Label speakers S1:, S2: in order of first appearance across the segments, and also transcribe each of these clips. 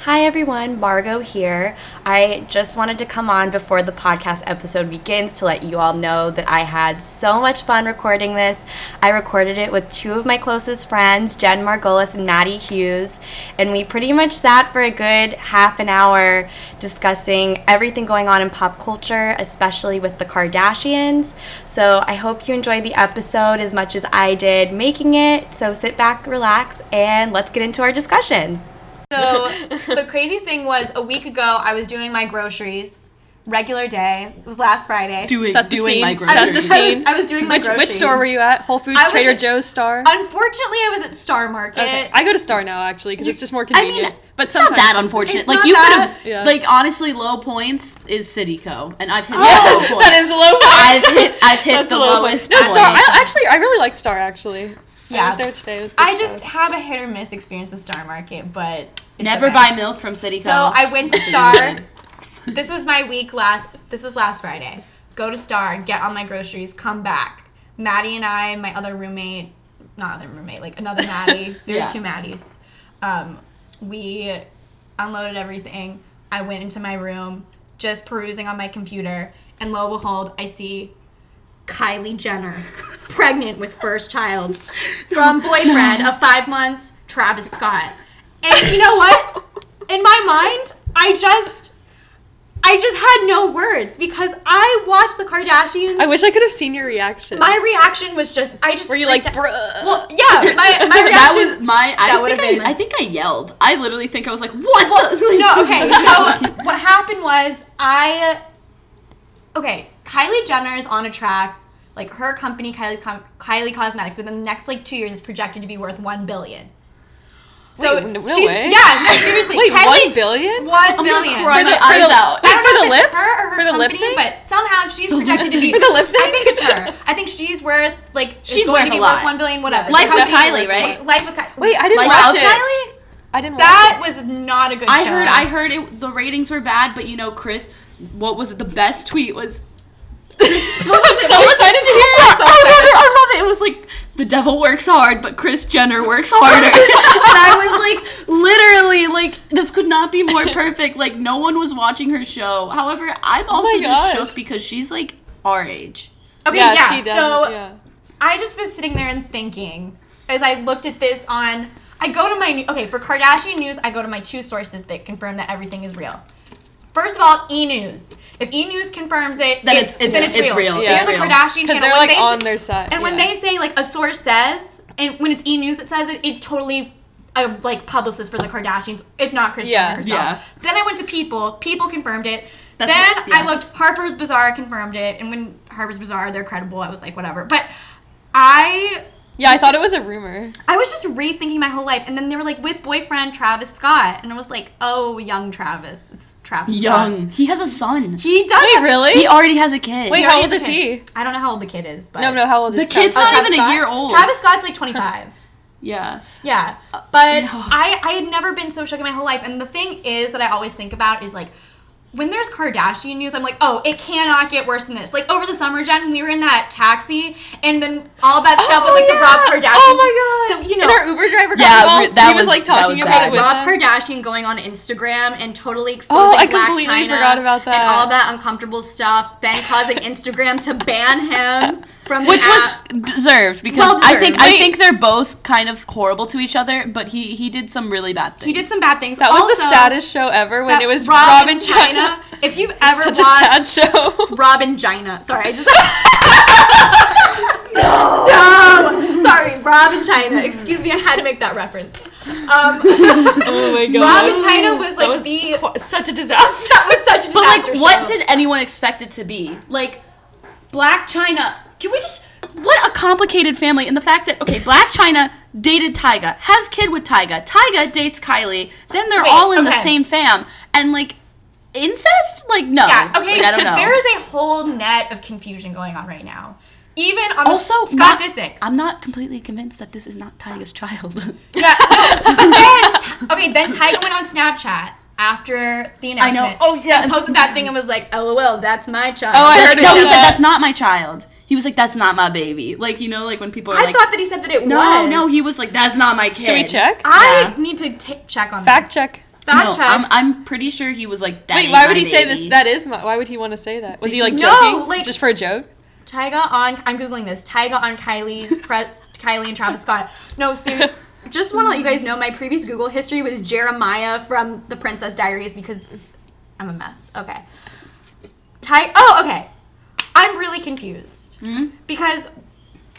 S1: Hi everyone, Margot here. I just wanted to come on before the podcast episode begins to let you all know that I had so much fun recording this. I recorded it with two of my closest friends, Jen Margolis and Maddie Hughes, and we pretty much sat for a good half an hour discussing everything going on in pop culture, especially with the Kardashians. So I hope you enjoyed the episode as much as I did making it. So sit back, relax, and let's get into our discussion. So the craziest thing was a week ago I was doing my groceries, regular day. It was last Friday.
S2: doing,
S3: Set the
S2: doing
S3: scene.
S2: my
S3: Set the
S2: groceries.
S3: scene.
S1: I was, I was doing my
S3: Which,
S1: groceries.
S3: which store were you at? Whole Foods,
S1: I was
S3: Trader
S1: at-
S3: Joe's, Star?
S1: Unfortunately, I was at Star Market.
S3: okay. I go to Star now, actually, because it's just more
S1: I mean,
S3: convenient. but
S2: It's not
S3: sometimes.
S2: that unfortunate.
S1: It's
S2: like
S1: not
S2: you could
S1: that-
S2: have,
S3: Yeah.
S2: like honestly, low points is Cityco, and I've hit
S3: Oh,
S2: the low
S3: that
S2: point.
S3: is a low point.
S2: I've hit, I've hit
S3: That's
S2: the
S3: a low
S2: lowest
S3: point. No,
S2: point.
S3: Star. I, actually, I really like Star, actually. I
S1: Yeah.
S3: went there today. It was good
S1: I just
S3: stuff.
S1: have a hit or miss experience with Star Market, but it's
S2: Never
S1: okay.
S2: buy milk from Cityco.
S1: So I went to Star. this was my week last. This was last Friday. Go to Star, get on my groceries, come back. Maddie and I, my other roommate, not other roommate, like another Maddie. There
S2: Yeah.
S1: were two Maddies. Um, we unloaded everything. I went into my room, just perusing on my computer, and lo and behold, I see Kylie Jenner pregnant with first child from boyfriend of five months, Travis Scott. And you know what? In my mind, I just I just had no words because I watched the Kardashians.
S3: I wish I could have seen your reaction.
S1: my reaction was just I just
S3: Were you like,
S1: freaked out.
S3: bruh?
S1: Well, yeah, my, my
S2: that
S1: reaction
S2: was my. I
S1: that would've
S2: think
S1: been
S2: I,
S1: my-
S2: I think I yelled. I literally think I was like, "What?" the- like-
S1: no, okay. So what happened was I okay, Kylie Jenner is on a track. Like her company, Kylie's Com- Kylie Cosmetics, within the next like two years is projected to be worth one billion. So
S3: Wait, no
S1: she's
S3: way.
S1: yeah, no, seriously,
S3: Wait,
S1: Kylie,
S3: one billion?
S1: one
S2: I'm
S1: billion.
S2: gonna cry
S3: For
S2: my
S3: the- for
S2: eyes
S3: the-
S1: I
S2: out.
S1: don't
S3: For
S1: know if
S3: the
S1: it's
S3: lips?
S1: her or her
S3: For the lip
S1: company,
S3: thing?
S1: but somehow she's projected to be
S3: For the
S1: I
S3: lip thing?
S1: think it's her. I think she's worth like it's
S2: She's
S1: going
S2: worth
S1: to be
S2: a
S1: worth
S2: lot.
S1: one billion, whatever.
S2: Life
S1: The
S2: with
S1: company's
S2: Kylie,
S1: worth
S2: right?
S1: more- Life with Kylie.
S3: Wait, I didn't
S2: Like,
S3: watch
S2: of
S3: it.
S2: Kylie?
S3: I didn't
S1: That was not a good.
S2: I
S1: show.
S2: heard. I heard it. The ratings were bad, but you know, Chris. What was it? The best tweet was.
S3: watch it. I'm so excited to hear
S2: I love it. I love it. It was like the devil works hard, but Chris Jenner works harder. and I was like, literally, like this could not be more perfect. Like no one was watching her show. However, I'm also
S3: gosh.
S2: just shook because she's like our age.
S1: Okay, yeah.
S3: Yeah, she does.
S1: so
S3: yeah.
S1: I just was sitting there and thinking as I looked at this on. I go to my new- okay for Kardashian news. I go to my two sources that confirm that everything is real. First of all, E News. If E News confirms it,
S2: Then
S1: it's,
S2: it's- it's-
S1: then it's,
S2: it's
S1: real.
S2: real.
S3: Yeah.
S1: They're
S2: It's
S1: the
S2: real.
S1: Kardashian channel.
S3: Because they're
S1: When
S3: like
S1: they-
S3: on their side.
S1: And when
S3: yeah.
S1: they say like a source says, and when it's E News that says it, it's totally a like publicist for the Kardashians, if not Kris
S3: Yeah,
S1: Jenner herself.
S2: yeah.
S1: Then I went to People. People confirmed it.
S2: That's
S1: then
S2: what- yeah.
S1: I looked. Harper's Bazaar confirmed it, and when Harper's Bazaar, they're credible. I was like, whatever. But I,
S3: Yeah, I thought it was a rumor.
S1: I was just rethinking my whole life, and then they were like with boyfriend Travis Scott, and I was like, oh, young Travis, it's Travis. Scott.
S2: Young. He has a son.
S1: He does.
S3: Wait, really?
S2: He already has a kid.
S3: Wait,
S1: He
S3: how
S1: already
S3: old
S1: has
S3: is
S1: a kid.
S3: he?
S1: I don't know how old the kid is, but
S3: No, no, how old is
S2: The kid's
S3: Travis?
S2: not
S1: Travis
S2: even a
S1: Scott?
S2: year old.
S1: Travis Scott's like 25.
S2: Yeah.
S1: Yeah. But
S2: yeah.
S1: I, I had never been so shook in my whole life. And the thing is that I always think about is like, when there's Kardashian news, I'm like, oh, it cannot get worse than this. Like over the summer, Jen, we were in that taxi, and then all that stuff with like the Rob Kardashian.
S3: Oh my gosh!
S1: So, you know,
S3: and our Uber driver got
S2: Yeah,
S3: involved.
S2: re- that
S3: he was,
S2: was-
S3: like
S2: that
S3: talking
S2: was
S3: about
S2: bad.
S3: it with
S1: Rob
S3: them.
S1: Kardashian going on Instagram and totally exposing
S3: Oh, I
S1: Black
S3: completely
S1: China
S3: forgot about that.
S1: and all that uncomfortable stuff, then causing Instagram to ban him from the
S2: Which
S1: app.
S2: was deserved because
S1: Well
S2: I think I
S3: deserved.
S2: think they're both kind of horrible to each other, but he he did some really bad things.
S1: he did some bad things.
S3: That was the
S1: Also,
S3: saddest show ever when
S1: that
S3: it was
S1: Rob
S3: Rob
S1: and
S3: and China.
S1: If you've ever
S3: Such
S1: watched
S3: a sad
S2: Oh
S3: show.
S1: Robin Gina. Sorry, I just. no! No! Sorry, Robin China. Excuse me, I had to make that reference. Um,
S3: oh my
S1: Rob and China was like
S3: was
S1: the.
S3: such a disaster.
S1: That was such a disaster.
S2: But like, what
S1: show.
S2: did anyone expect it to be? Like, Black China. Can we just? What a complicated family, and the fact that okay, Black China dated Tyga, has kid with Tyga. Tyga dates Kylie. Then they're
S1: Wait,
S2: all in the
S1: okay.
S2: same fam, and like incest. Like no,
S1: Yeah, okay.
S2: Like, I don't know.
S1: There is a whole net of confusion going on right now. Even on
S2: also
S1: the,
S2: not-
S1: Scott Disick.
S2: I'm not completely convinced that this is not Tyga's child.
S1: Yeah. But then, okay, then Tyga went on Snapchat after the
S2: I
S1: announcement.
S2: know. Oh yeah.
S1: And posted that thing and was like, "LOL, that's my child."
S3: Oh, I heard
S2: no, he
S3: about
S2: said
S3: that.
S2: that's not my child. He was like, that's not my baby. Like you know, like when people are
S1: I
S2: like,
S1: thought that he said that it
S2: no,
S1: was.
S2: no. He was like, that's not my kid.
S3: Should we check?
S1: I
S2: Yeah.
S1: need to t- check on
S3: Fact
S1: this.
S3: check.
S1: Fact
S2: no,
S1: check.
S2: I'm, I'm pretty sure he was like, that
S3: Wait,
S2: ain't
S3: why would
S2: my
S3: he say
S2: baby.
S3: that? That is my. Why would he want to say that? Was he like
S1: No,
S3: joking?
S1: like-
S3: just for a joke?
S1: Tyga on I'm googling this. Tyga on Kylie's pre- Kylie and Travis Scott. No, seriously. Just want to let you guys know my previous Google history was Jeremiah from The Princess Diaries because I'm a mess. Okay. Ty Oh, okay. I'm really confused.
S2: Hmm?
S1: Because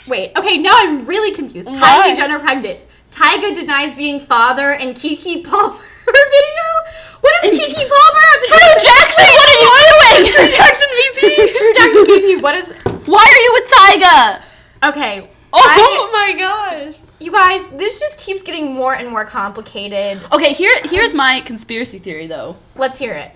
S1: wait, okay, now I'm really confused.
S3: Why?
S1: Kylie Jenner pregnant. Tyga denies being father and Kiki Palmer video. What does Kiki Palmer have to do?
S3: Jackson, what are you doing? Drew Jackson
S1: True
S3: VP.
S1: Jackson BP, what is
S2: Why are you with Tyga?
S1: Okay.
S3: Oh my gosh.
S1: You guys, this just keeps getting more and more complicated.
S2: Okay, here here's my conspiracy theory though.
S1: Let's hear it.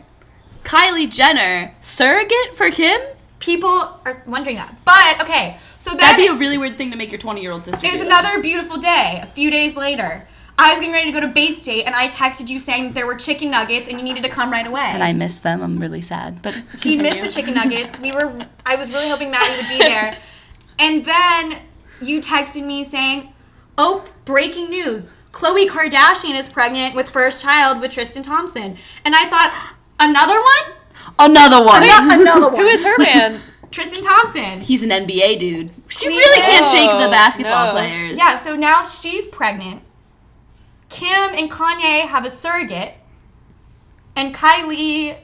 S2: Kylie Jenner surrogate for Kim?
S1: People are wondering that. But okay, so that
S2: That'd be a really weird thing to make your 20 year old sister.
S1: is
S2: do.
S1: another beautiful day. A few days later, I was getting ready to go to Bay State and I texted you saying that there were chicken nuggets and you needed to come right away.
S2: And I miss them. I'm really sad. But
S1: she missed
S2: continue.
S1: the chicken nuggets. We were I was really hoping Maddie would be there. And then you texted me saying, "Oh, breaking news. Khloe Kardashian is pregnant with first child with Tristan Thompson." And I thought, "Another one?"
S2: Another one.
S1: Yeah, another one.
S3: Who is her man?
S1: Tristan Thompson.
S2: He's an NBA dude. She really can't
S3: No,
S2: shake the basketball
S3: no.
S2: players.
S1: Yeah, so now she's pregnant. Kim and Kanye have a surrogate, and Kylie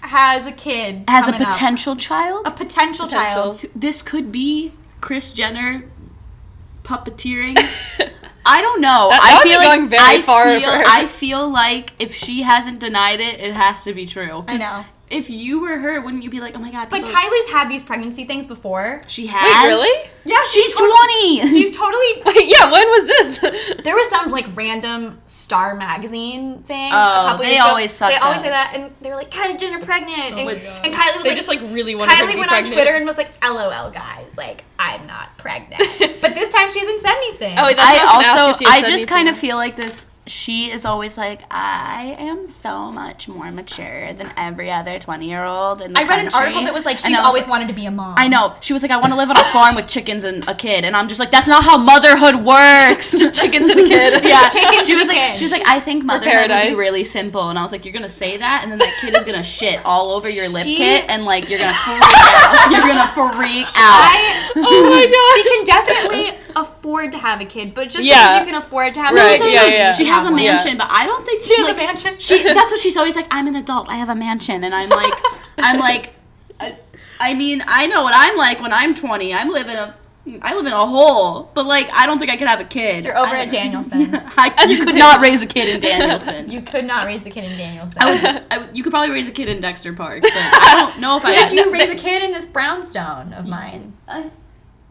S1: has a kid.
S2: Has a
S1: coming up.
S2: potential child.
S1: a potential,
S3: Potential.
S1: child.
S2: this could be Chris Jenner puppeteering. I don't know.
S3: That- that
S2: I
S3: would be
S2: feel like
S3: going very
S2: I
S3: far
S2: feel,
S3: for her.
S2: I feel like if she hasn't denied it, it has to be true.
S1: I know.
S2: If you were her, wouldn't you be like, oh my god?
S1: But
S2: people-
S1: Kylie's had these pregnancy things before.
S2: she
S3: Wait,
S2: has.
S3: really?
S1: Yeah,
S2: She's
S1: totally-
S2: twenty.
S1: She's totally.
S3: yeah. When was this?
S1: There was some like random Star Magazine thing.
S2: Oh,
S1: a couple
S2: they
S1: years ago.
S2: always suck
S1: They always
S2: up.
S1: say that, and they were like, "Kylie Jenner pregnant," and,
S2: my God.
S1: and Kylie was
S3: Oh they
S1: like,
S3: just like really wanted her to
S1: Kylie
S3: be
S1: went on
S3: pregnant.
S1: Twitter and was like, "LOL, guys, like I'm not pregnant." but this time she hasn't said anything.
S3: Oh, wait, that's
S2: I
S3: what I was gonna ask if
S2: also
S3: she had
S2: I
S3: said
S2: just kind of
S3: anything.
S2: feel like this. She is always like, I am so much more mature than every other twenty year old. And
S1: I read an article that was like, "She's always wanted to be a mom."
S2: I know. She was like, I want to live on a farm with chickens and a kid, and I'm just like, that's not how motherhood works.
S3: just chickens and a kid.
S2: yeah.
S1: Chickens
S2: she
S1: and a
S2: was like,
S1: kid.
S2: she was like, I think motherhood would be
S3: paradise.
S2: really simple, and I was like, you're gonna say that, and then that kid is gonna shit all over your lip
S1: She-
S2: kit, and like you're gonna freak out. You're gonna freak out.
S1: I
S3: Oh my
S1: she
S3: gosh.
S1: can definitely afford to have a kid, but just
S3: Yeah.
S1: because you can afford to have
S3: Right,
S1: a kid,
S3: yeah, yeah.
S2: She has a
S1: Have one.
S2: mansion, but I don't think she,
S1: has a
S2: like,
S1: mansion?
S2: She that's what she's always like. I'm an adult. I have a mansion, and I'm like, I'm like, I, I mean, I know what I'm like when I'm 20. I'm living a, I live in a hole, but like, I don't think I could have a kid.
S1: You're over
S2: I-
S1: at Danielson.
S2: I, you could not raise a kid in Danielson.
S1: You could not raise a kid in Danielson.
S2: I would, I would- you could probably raise a kid in Dexter Park, but I don't know if I.
S1: Could
S2: would.
S1: you raise a kid in this brownstone of mine?
S2: Uh,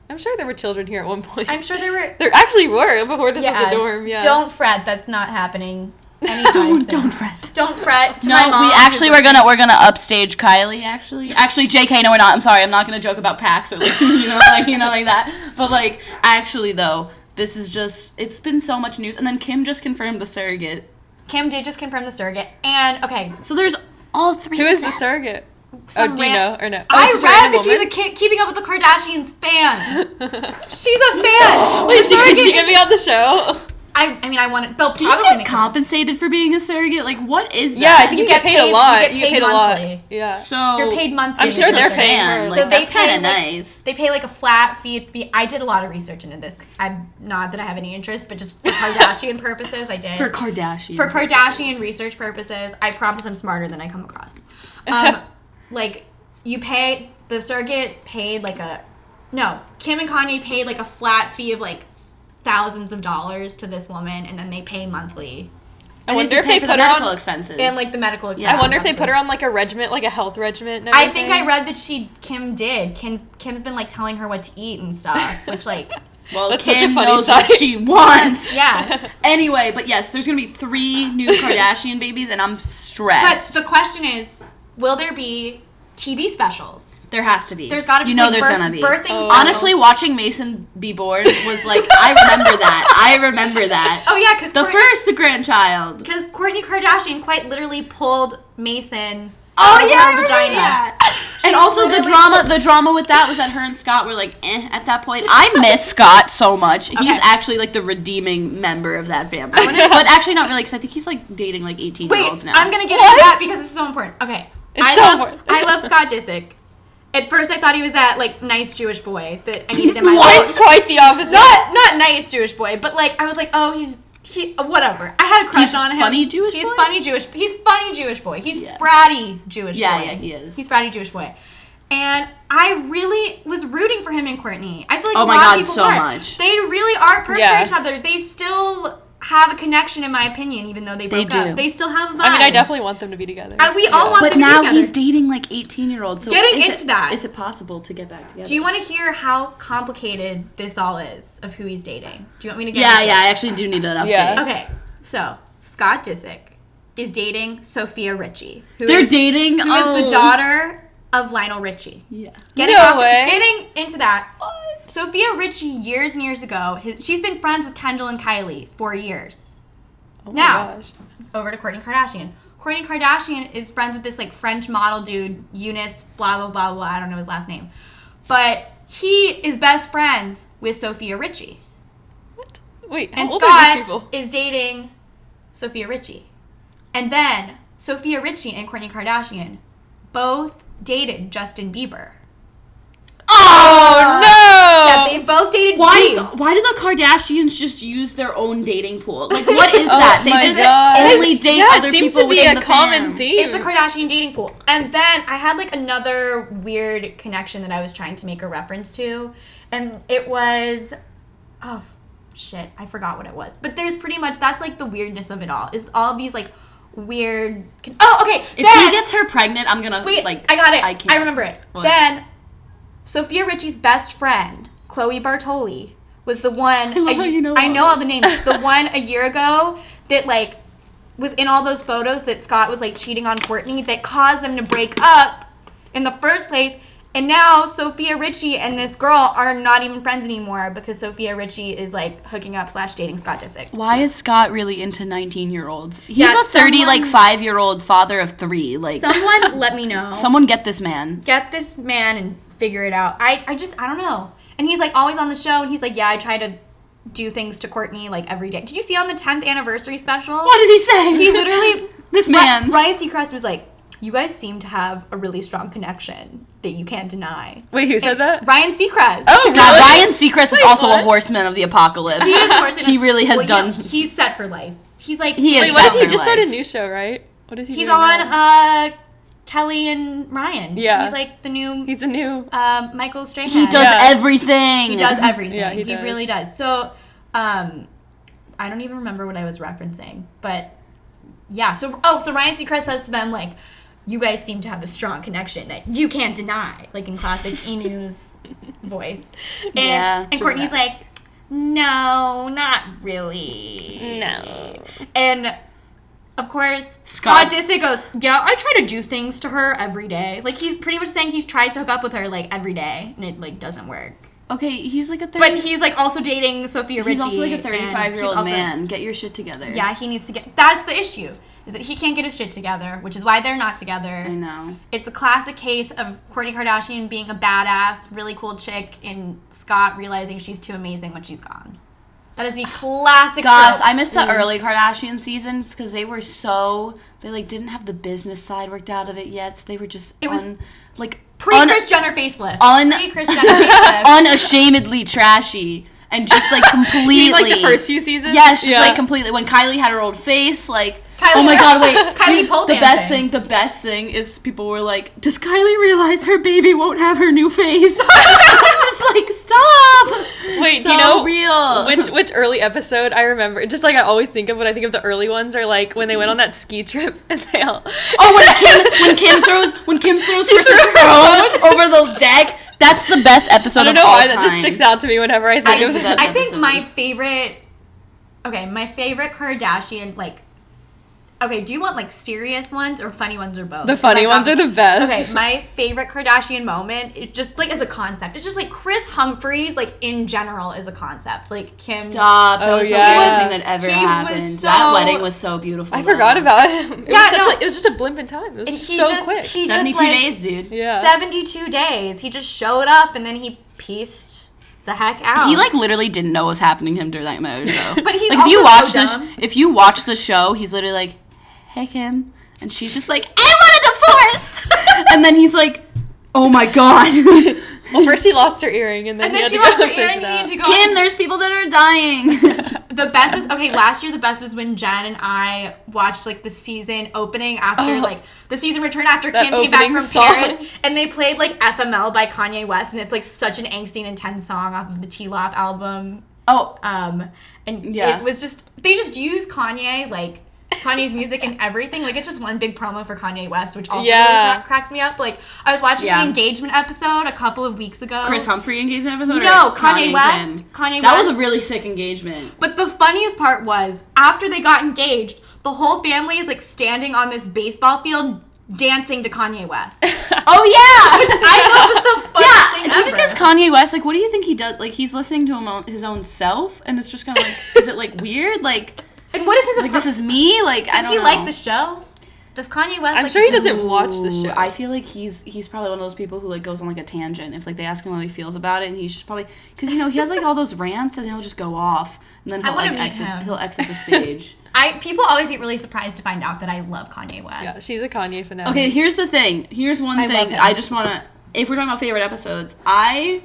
S3: I'm sure there were children here at one point.
S1: I'm sure there were.
S3: there actually were before this was a dorm. Yeah.
S1: Don't fret. That's not happening.
S2: don't don't fret.
S1: Don't fret. To
S2: No,
S1: my mom,
S2: we
S1: who's
S2: actually we're gonna we're gonna upstage Kylie. Actually, actually, J.K. No, we're not. I'm sorry, I'm not gonna joke about PAX or like you know like you know like that. But like actually though, this is just it's been so much news, and then Kim just confirmed the surrogate.
S1: Kim did just confirm the surrogate, and okay,
S2: So there's all three.
S3: Who is the surrogate?
S1: Some
S3: oh, do you
S1: ran-
S3: know or no?
S1: I read that she's a ki- Keeping Up with the Kardashians fan. She's a fan.
S3: Wait,
S1: The
S3: is she, is she
S1: surrogate-
S3: gonna be on the show?
S1: I, I mean, I want it. They'll
S2: Do you
S1: probably
S2: get
S1: make
S2: compensated for being a surrogate? Like what is
S3: Yeah, I
S2: that?
S3: think you, get paid, a lot. You get paid, a lot.
S1: monthly.
S3: Yeah.
S2: so.
S1: You're paid monthly.
S3: I'm sure
S1: It's
S3: they're
S1: a
S3: paying
S2: fan.
S3: her.
S2: Like,
S1: So they
S2: that's kind
S1: pay,
S2: of
S1: like-
S2: nice.
S1: They pay like a flat fee. at the- I did a lot of research into this. I'm not that I have any interest, but just for Kardashian purposes, I did.
S2: For Kardashian.
S1: for Kardashian research purposes, I promise I'm smarter than I come across. Um, like you pay the surrogate paid like a no Kim and Kanye paid like a flat fee of like thousands of dollars to this woman, and then they pay monthly
S3: I
S2: And
S3: wonder
S2: you
S3: if
S2: pay
S3: they
S2: for
S3: put
S2: the
S3: her
S2: medical
S3: on.
S2: expenses
S1: and like the medical.
S2: Yeah.
S1: expenses.
S3: I wonder if they put her on like a regiment, like a health regiment. And
S1: I think I
S3: everything.
S1: read that she Kim did. Kim's Kim's been like telling her what to eat and stuff, which like
S2: Well,
S3: That's
S2: Kim
S3: such a funny
S2: knows
S3: side.
S2: what she wants.
S1: yeah.
S2: Anyway, but yes, there's gonna be three new Kardashian babies, and I'm
S1: But
S2: stressed.
S1: the question is, will there be TV specials?
S2: there has to be.
S1: There's got to be
S2: You know,
S1: like,
S2: there's
S1: birth-
S2: gonna be.
S1: birthing.
S3: Oh.
S1: specials.
S2: Honestly, watching Mason be born was like I remember that. I remember that.
S1: oh yeah, because
S2: The first, the grandchild.
S1: Because Kourtney Kardashian quite literally pulled Mason.
S2: Oh
S1: yeah, I remember that. She
S2: and also the
S4: literally-
S2: drama. The drama with that was that her and Scott were like eh, at that point. I miss Scott so much. He's actually like the redeeming member of that family, but actually not really because I think he's like dating like eighteen year
S1: Wait,
S2: olds now.
S1: I'm gonna get into that because it's so important. Okay,
S3: It's
S1: I
S3: so
S1: love,
S3: important.
S1: I love Scott Disick. At first, I thought he was that like nice Jewish boy that I needed in my
S3: Quite-
S1: life.
S3: Quite the opposite.
S1: Not not nice Jewish boy, but like I was like, oh, he's he whatever. I had a crush
S2: He's
S1: on him.
S2: funny Jewish
S1: He's
S2: boy?
S1: funny Jewish. He's funny Jewish boy. He's
S2: Yeah.
S1: fratty Jewish
S2: Yeah,
S1: boy.
S2: yeah, he is.
S1: He's fratty Jewish boy. And I really was rooting for him and Courtney. I feel like
S2: Oh
S1: a
S2: my
S1: lot
S2: God,
S1: of people
S2: so
S1: are.
S2: much.
S1: They really are perfect
S3: Yeah.
S1: for each other. They still have a connection, in my opinion, even though they broke
S2: do.
S1: up. They still have a vibe.
S3: I mean, I definitely want them to be together.
S1: And we all want them
S2: but
S1: to be
S2: now
S1: together.
S2: he's dating like eighteen year olds. So
S1: Getting
S2: is
S1: into
S2: it,
S1: that.
S2: is it possible to get back together?
S1: Do you want to hear how complicated this all is of who he's dating? Do you want me to get?
S2: yeah,
S1: into
S2: yeah.
S1: it?
S2: I actually do need an update.
S3: Yeah.
S1: Okay, so Scott Disick is dating Sophia Richie. who
S2: They're
S1: is-
S2: dating.
S1: Who is
S2: oh.
S1: the daughter of Lionel Richie?
S2: Yeah.
S1: Getting
S3: No
S1: off-
S3: way.
S1: Getting into that. What? Sophia Richie years and years ago. His, she's been friends with Kendall and Kylie for years.
S3: Oh my
S1: now.
S3: gosh.
S1: Over to Kourtney Kardashian. Kourtney Kardashian is friends with this like French model dude, Eunice, blah blah blah blah. I don't know his last name, but he is best friends with Sophia Richie.
S3: What? Wait,
S2: Oh,
S3: how
S1: And
S3: old are these
S1: Scott
S3: people?
S1: is dating Sophia Richie. And then Sophia Richie and Kourtney Kardashian both dated Justin Bieber.
S3: Oh
S1: Uh, Yeah,
S3: no!
S1: they both dated
S2: Why?
S1: Biebs.
S2: Why do the Kardashians just use their own dating pool? Like, what
S1: Oh
S2: is that? They
S3: Oh my
S2: just
S3: God.
S2: only date
S3: yeah,
S2: other
S3: it seems
S2: people
S3: to be
S2: within
S3: a
S2: the
S3: common
S2: fam.
S3: theme.
S1: It's a Kardashian dating pool. And then I had like another weird connection that I was trying to make a reference to. And it was oh shit, I forgot what it was. But there's pretty much that's like the weirdness of it all. Is all these like weird con- Oh, okay.
S2: If
S1: then,
S2: he gets her pregnant, I'm gonna
S1: Wait,
S2: like.
S1: I got it. I,
S2: I can't.
S1: remember it.
S2: What?
S1: Then Sophia Richie's best friend, Chloe Bartoli, was the one. I
S2: love how you know
S1: I
S2: all
S1: know all the names. the one a year ago that like was in all those photos that Scott was like cheating on Courtney that caused them to break up in the first place. And now Sophia Richie and this girl are not even friends anymore because Sophia Richie is like hooking up slash dating Scott Disick.
S2: Why is Scott really into 19 year olds? He's
S1: Yeah,
S2: a 30 like
S1: someone-
S2: five year old father of three. Like,
S1: Someone let me know.
S2: someone get this man.
S1: get this man and figure it out. I, I just, I don't know. And he's like always on the show, and he's like, yeah, I try to do things to Courtney like every day. Did you see on the 10th anniversary special?
S2: What did he say?
S1: He literally,
S2: this
S1: Ri-
S2: man.
S1: Ryan Seacrest was like, you guys seem to have a really strong connection that you can't deny.
S3: Wait, who said that?
S1: Ryan Seacrest.
S3: Oh,
S2: God,
S3: really?
S2: Ryan Seacrest is
S3: Wait,
S2: also
S3: what?
S2: a horseman of the apocalypse.
S1: He, is worse than-
S2: He really has
S1: Well, you
S2: done-
S1: know, he's set for life. He's like,
S2: He is
S3: Wait, what is he?
S2: Saturday
S3: Just started a
S2: Life.
S3: new show, right? What is he?
S1: He's
S3: doing
S1: on
S3: now?
S1: uh, Kelly and Ryan.
S3: Yeah.
S1: He's like the new
S3: He's a new.
S1: um, Michael Strahan.
S2: He does
S3: Yeah.
S2: everything.
S1: He does everything.
S3: Yeah,
S1: he
S3: he does.
S1: really does. So, um, I don't even remember what I was referencing, but yeah. So, oh, so Ryan Seacrest says to them like, "You guys seem to have a strong connection that you can't deny," like in classic Enu's voice. And,
S2: Yeah,
S1: and
S2: true
S1: Courtney's like, "No, not really."
S3: No.
S1: And of course, Scott
S2: Scott's-
S1: Disick goes, "Yeah, I try to do things to her every day." Like he's pretty much saying he tries to hook up with her like every day, and it like doesn't work.
S2: Okay, he's like a 30.
S1: But he's like also dating Sophia Richie.
S2: He's also like a
S1: and
S2: 35 year
S1: he's
S2: old
S1: also-
S2: man. Get your shit together.
S1: Yeah, he needs to get. That's the issue. Is that he can't get his shit together, which is why they're not together.
S2: I know.
S1: It's a classic case of Kourtney Kardashian being a badass, really cool chick, and Scott realizing she's too amazing when she's gone. That is the classic.
S2: Gosh,
S1: trope.
S2: I missed the early Kardashian seasons because they were so they like didn't have the business side worked out of it yet. So they were just
S1: It was
S2: un- like
S1: pre
S2: un-
S1: Chris Jenner facelift.
S2: un-
S1: pre Chris Jenner facelift.
S2: unashamedly trashy and just like completely
S3: Mean, like the first few seasons.
S2: Yes, just
S3: Yeah.
S2: like completely. When Kylie had her old face, like
S1: Kylie-
S2: oh my god, wait.
S1: Kylie pole
S2: the best
S1: dancing.
S2: thing, the best thing is people were like, does Kylie realize her baby won't have her new face? just like stop.
S3: Wait, do
S2: So
S3: you know
S2: real?
S3: which which early episode I remember? Just like I always think of when I think of the early ones are like when they went on that ski trip and they all.
S2: Oh, when Kim when Kim throws when Kim throws
S3: She
S2: Chris
S3: threw her
S2: phone over the deck. That's the best episode.
S3: I don't
S2: of
S3: know
S2: all
S3: why that just
S2: time.
S3: sticks out to me whenever I think
S2: is
S3: of
S2: the
S3: that.
S2: best.
S1: I think
S2: episode.
S1: my favorite. Okay, my favorite Kardashian like Okay, do you want like serious ones or funny ones or both?
S3: The funny ones are the
S1: Okay,
S3: best.
S1: my favorite Kardashian moment is just like as a concept. It's just like Chris Humphries, like in general, is a concept. Like Kim.
S2: Stop. That
S3: Oh,
S2: was
S3: yeah.
S2: the worst thing that ever
S1: He was
S2: happened.
S1: so-
S2: That wedding was so beautiful.
S3: I forgot about him. It
S1: Yeah,
S3: was such
S1: no.
S3: a, it was just a blimp in time. It was
S1: And he
S3: so
S1: just,
S3: quick.
S1: He
S2: Seventy-two
S1: just, like,
S2: days, dude.
S3: yeah.
S1: 72 days. He just showed up and then he pieced the heck out.
S2: He like literally didn't know what was happening to him during that marriage though.
S1: But he's
S2: like if you
S1: also
S2: watch
S1: so
S2: the
S1: dumb.
S2: sh- if you watch the show, he's literally like, "Hey Kim," and she's just like, "I want a divorce," and then he's like, "Oh my god,
S3: Well, first he lost her earring, and then,
S1: And then
S3: he had
S1: she
S3: to go
S1: lost her
S3: fish
S1: earring.
S3: it
S1: He
S3: out.
S1: had to go.
S2: Kim, there's people that are dying."
S1: The best was okay. Last year, the best was when Jen and I watched like the season opening after
S3: Oh.
S1: like the season return after
S3: That
S1: Kim came back
S3: opening
S1: from
S3: song.
S1: Paris, and they played like FML by Kanye West, and it's like such an angsty and intense song off of the T Lop album.
S2: oh,
S1: Um, and
S2: Yeah.
S1: it was just they just use Kanye like Kanye's music and everything. Like it's just one big promo for Kanye West, which also
S3: Yeah.
S1: really cra- cracks me up. Like I was watching
S2: Yeah.
S1: the engagement episode a couple of weeks ago.
S2: Chris Humphrey engagement episode. or
S1: No, Kanye
S2: and
S1: West.
S2: Kim?
S1: Kanye
S2: That
S1: West.
S2: was a really sick engagement.
S1: But the funniest part was after they got engaged, the whole family is like standing on this baseball field dancing to Kanye West. Which
S2: Oh yeah.
S1: I thought was just the funniest
S2: Yeah,
S1: thing
S2: do you think
S1: ever.
S2: it's Kanye West? Like, what do you think he does? Like, he's listening to him on his own self, and it's just kind of like, is it like weird? Like,
S1: and what is his
S2: like this is me. Like, I
S1: Does
S2: don't
S1: he
S2: know.
S1: like the show? Does Kanye West
S3: I'm
S1: like
S3: sure he
S1: the show?
S3: doesn't watch the
S2: Ooh,
S3: show.
S2: I feel like he's he's probably one of those people who like goes on like a tangent. If like they ask him how he feels about it, and he's just probably because you know he has like all those rants, and he'll just go off, and then
S1: I
S2: he'll
S1: wanna
S2: like
S1: meet
S2: exit.
S1: him.
S2: He'll exit the stage.
S1: I people always get really surprised to find out that I love Kanye West.
S3: yeah, she's a Kanye fanatic.
S2: okay, here's the thing. Here's one
S1: I love
S2: thing.
S1: him.
S2: I just want to. If we're talking about favorite episodes, I.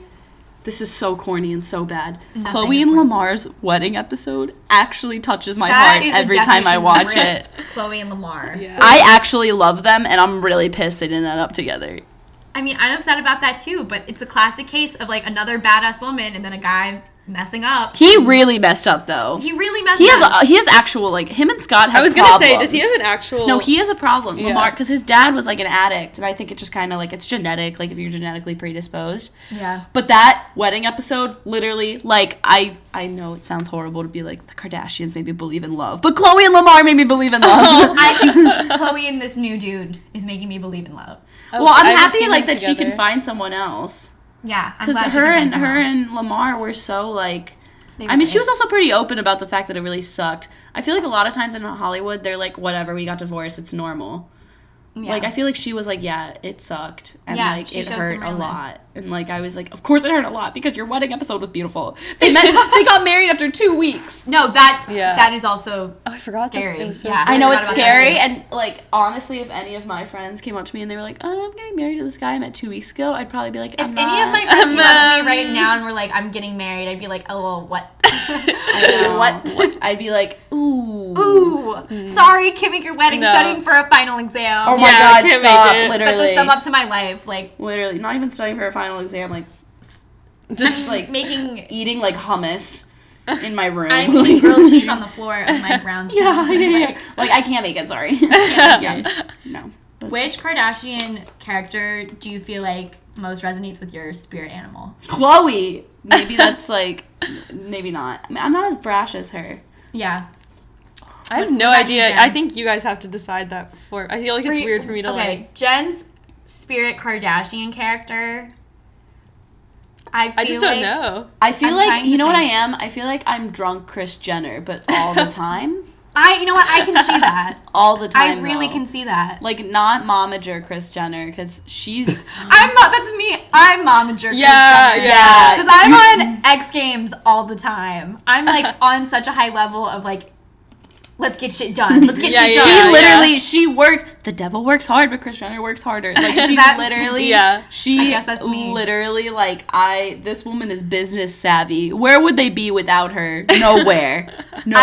S2: This is so corny and so bad. Chloe
S1: is
S2: and Lamar's wedding episode actually touches my
S1: That
S2: heart
S1: is a
S2: every time I
S1: definition
S2: watch
S1: of
S2: it.
S1: Chloe and Lamar.
S3: Yeah.
S2: I actually love them, and I'm really pissed they didn't end up together.
S1: I mean, I'm upset about that too, but it's a classic case of like another badass woman and then a guy messing up.
S2: He really messed up though.
S1: He really messed
S2: He has
S1: up.
S2: uh, he has actual like him and Scott. Have
S3: I was gonna say, does he have
S2: problems.
S3: an actual?
S2: No, he has a problem,
S3: Yeah.
S2: Lamar, because his dad was like an addict, and I think it just kind of like it's genetic, like if you're genetically predisposed.
S1: yeah.
S2: But that wedding episode, literally, like I I know it sounds horrible to be like the Kardashians made me believe in love, but Chloe and Lamar made me believe in love.
S1: I think Chloe and this new dude is making me believe in love.
S3: Oh,
S2: well,
S3: so I
S2: I'm
S3: haven't
S2: happy
S3: seen
S2: like
S3: them
S2: that she can
S3: together.
S2: find someone else
S1: Yeah, I'm
S2: because
S1: glad she
S2: her
S1: can
S2: and
S1: find
S2: her
S1: someone else.
S2: and Lamar were so like
S1: They
S2: I mean,
S1: were
S2: she was
S1: good.
S2: also pretty open about the fact that it really sucked. I feel like a lot of times in Hollywood, they're like, whatever, we got divorced, it's normal.
S1: Yeah.
S2: Like, I feel like she was like, yeah, it sucked. And
S1: Yeah,
S2: like,
S1: she
S2: it
S1: showed
S2: hurt
S1: some
S2: a
S1: realness.
S2: lot. And like, I was like, of course it hurt a lot because your wedding episode was beautiful. They met, they got married after two weeks.
S1: no, that
S3: Yeah.
S1: that is also
S3: Oh, I forgot that
S1: scary.
S3: it was so
S1: yeah,
S3: bad.
S2: I know
S1: forgot
S2: it's
S1: about that
S2: scary.
S1: too.
S2: And like, honestly, if any of my friends came up to me and they were like, oh, I'm getting married to this guy I met two weeks ago, I'd probably be like, I'm
S1: If
S2: not.
S1: any of my friends
S2: I'm
S1: came up to
S2: not."
S1: me right now and were like, "I'm getting married," I'd be like, "Oh, well, what?
S2: I know.
S1: what?
S2: I'd be like, ooh.
S1: Ooh, sorry, can't make your wedding.
S3: No.
S1: Studying for a final exam.
S2: Oh my
S3: Yeah, I
S2: god,
S3: can't make
S2: stop.
S3: it.
S1: That's
S2: Literally.
S1: the sum up to my life. Like,
S2: literally not even studying for a final exam like
S3: just
S2: like
S1: making
S2: eating like hummus in my room
S1: I'm eating grilled cheese on the floor of my brown suit.
S2: yeah, yeah, yeah. like i can't make it sorry I can't make it. no but
S1: Which Kardashian character do you feel like most resonates with your spirit animal?
S2: chloe maybe that's like maybe not I mean, i'm not as brash as her
S1: Yeah.
S3: I have no
S1: back to
S3: idea.
S1: Jen.
S3: I think you guys have to decide that for. I feel like it's
S1: Three-
S3: weird for me to
S1: okay,
S3: like.
S1: Jen's spirit Kardashian character. I, feel
S3: I just
S1: like
S3: don't know.
S2: i feel
S1: I'm
S2: like
S1: trying
S2: you
S1: to
S2: know what i
S1: think.
S2: am i feel like i'm drunk chris jenner but all the time
S1: I you know what I can see that.
S2: all the time
S1: I really
S2: though.
S1: can see that.
S2: like not momager chris jenner because she's
S1: I'm not. That's me. I'm mom jerk.
S3: Yeah,
S2: yeah.
S3: Uh,
S1: Because I'm on X Games all the time. I'm like on such a high level of like, let's get shit done. Let's get
S3: Yeah,
S1: shit done.
S3: yeah,
S2: she
S3: yeah.
S2: literally she worked the devil works hard but chris jenner works harder like she
S1: That-
S2: literally
S3: Yeah.
S2: she
S1: I guess that's me.
S2: literally like i this woman is business savvy where would they be without her nowhere nowhere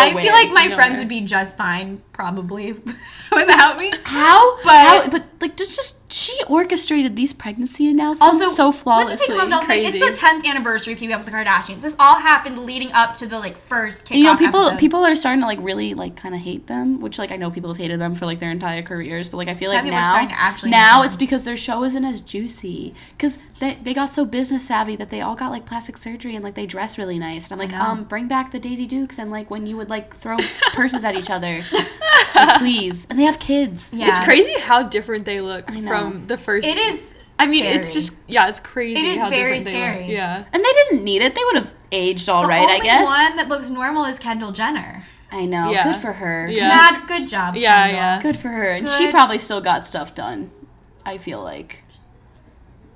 S1: I feel like my
S3: nowhere.
S1: friends would be just fine probably without me.
S2: how
S1: but-
S2: but how, but like just just she orchestrated these pregnancy announcements
S1: Also,
S2: so
S1: Let's just
S2: flawlessly
S1: take a moment. I was like,
S3: crazy.
S1: it's the tenth anniversary of Keeping Up with the Kardashians. This all happened leading up to the like first kickoff.
S2: you know people
S1: episode.
S2: people are starting to like really like kind of hate them which like i know people have hated them for like their entire careers but like i feel like
S1: Now people are
S2: now
S1: starting to actually hate
S2: now
S1: them.
S2: it's because their show isn't as juicy because they, they got so business savvy that they all got like plastic surgery and like they dress really nice and i'm like
S1: know.
S2: um bring back the daisy dukes and like when you would like throw purses at each other Like, please. And they have kids.
S1: Yeah.
S3: It's crazy how different they look
S2: I know.
S3: from the first.
S1: It is.
S3: I mean, it's
S1: scary.
S3: just yeah, it's crazy.
S1: It is
S3: how
S1: very
S3: different they look.
S1: scary.
S3: Yeah.
S2: And they didn't need it. They would have aged all
S1: the
S2: right,
S1: only
S2: I guess.
S1: one that looks normal is Kendall Jenner.
S2: I know.
S3: Yeah.
S2: Good for her.
S3: Yeah.
S1: Mad, good job.
S3: Yeah,
S1: Kendall.
S3: yeah.
S2: Good for her. And she
S1: Good.
S2: probably still got stuff done. I feel like.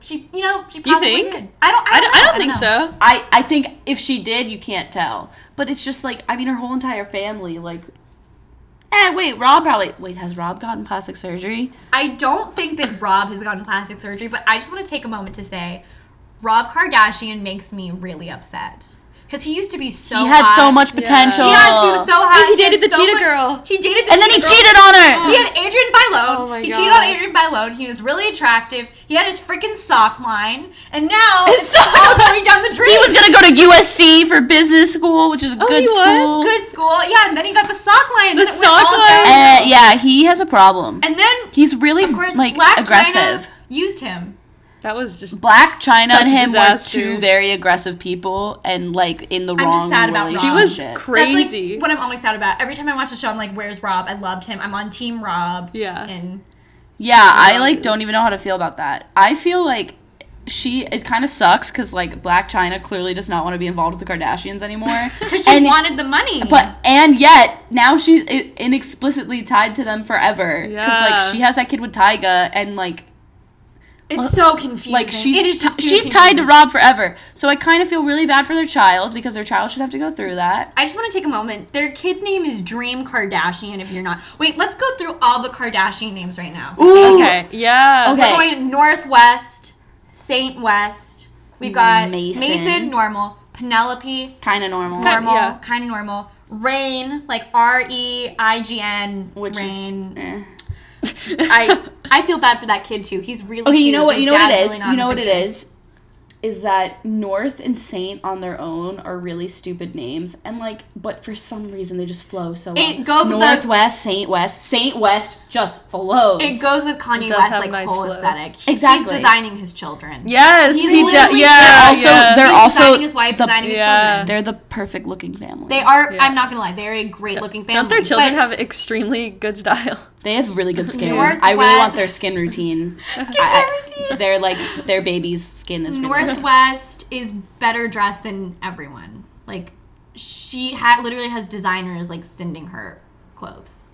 S1: She, you know, she
S3: You
S1: probably
S3: think?
S1: did. I don't.
S3: I don't, I don't think
S1: know.
S3: so.
S2: I, I think if she did, you can't tell. But it's just like I mean, her whole entire family, like. Eh, wait, Rob probably. Wait, has Rob gotten plastic surgery?
S1: I don't think that Rob has gotten plastic surgery, but I just want to take a moment to say, Rob Kardashian makes me really upset because he used to be so.
S2: he had
S1: hot.
S2: so much potential.
S1: He, had, he was so hot.
S3: He dated
S1: had so
S3: the cheetah
S1: much-
S3: girl.
S1: He dated the
S2: and then he
S1: cheetah girl.
S2: cheated on her.
S1: He had Adrian Bylone.
S3: Oh my
S1: he cheated on
S3: gosh.
S1: Adrian Bylone. He was really attractive. He had his freaking sock line, and now
S2: His
S1: it's
S2: sock
S1: all going down the drain.
S2: He was gonna go to USC for business school, which is a good
S3: he was?
S2: school.
S1: Oh, good school, yeah. And then he got the sock line. and then
S3: The
S1: it went all
S3: sock line?
S1: down.
S2: Uh, yeah, he has a problem.
S1: And then
S2: He's really
S1: of course,
S2: like
S1: Black
S2: aggressive.
S1: China used him.
S3: That was just
S2: Black China and
S3: Such a
S2: him were
S3: disaster.
S2: two very aggressive people, and like in the
S1: just
S2: wrong.
S1: sad about Rob.
S3: she was
S2: relationship.
S3: crazy.
S1: That's like what I'm always sad about. Every time I watch the show, I'm like, "Where's Rob? I loved him. I'm on Team Rob."
S3: Yeah.
S1: And
S2: Yeah, I
S3: Rob
S2: like
S3: is-
S2: don't even know how to feel about that. I feel like she it kind of sucks because like Black China clearly does not want to be involved with the Kardashians anymore.
S1: because she
S2: And-
S1: wanted the money.
S2: But and yet now she's i- inexplicitly tied to them forever. Because
S3: Yeah.
S2: like she has that kid with Tyga, and like
S1: it's so confusing.
S2: like she's
S1: it is
S2: ti-
S1: just too
S2: she's tied to
S1: confusing.
S2: Rob forever. So I kind of feel really bad for their child because their child should have to go through that.
S1: I just want to take a moment. Their kid's name is Dream Kardashian. If you're not, wait, let's go through all the Kardashian names right now.
S3: okay. Yeah.
S2: Okay.
S1: We're going Northwest, Saint West. We've got
S2: Mason.
S1: Mason, normal, Penelope,
S2: Kind of normal.
S1: normal,
S3: yeah.
S1: kind of normal, Rain, like R E I G N,
S2: Which
S1: Rain.
S2: is eh.
S1: I I feel bad for that kid too. He's really
S2: okay. You
S1: cute,
S2: know what?
S1: but
S2: You
S1: his
S2: know what
S1: dad's
S2: it is.
S1: really not
S2: You
S1: in the
S2: know what it
S1: picture.
S2: is. Is that North and Saint on their own are really stupid names, and like, but for some reason they just flow so. well.
S1: It goes with the-
S2: Northwest, Saint West, Saint West just flows.
S1: It goes with Kanye
S3: does
S1: West
S3: have
S1: like
S3: nice
S1: whole
S3: flow.
S1: aesthetic. He-
S2: Exactly.
S1: He's designing his children.
S3: Yes.
S1: He's
S3: He does.
S1: literally-
S3: Yeah.
S2: They're also-
S3: yeah.
S2: they're-
S1: He's
S2: also
S1: designing his wife,
S2: the-
S1: designing
S3: yeah.
S1: his children.
S2: They're the perfect looking family.
S1: They are.
S3: Yeah.
S1: I'm not gonna lie. They're a great looking family.
S3: Don't their children
S1: but
S3: have extremely good style?
S2: They have really good skin.
S1: Northwest-
S2: I really want their skin routine. I- I-
S1: routine.
S2: They're like their baby's skin is really good.
S1: Northwest is better dressed than everyone. Like she ha- literally has designers like sending her clothes.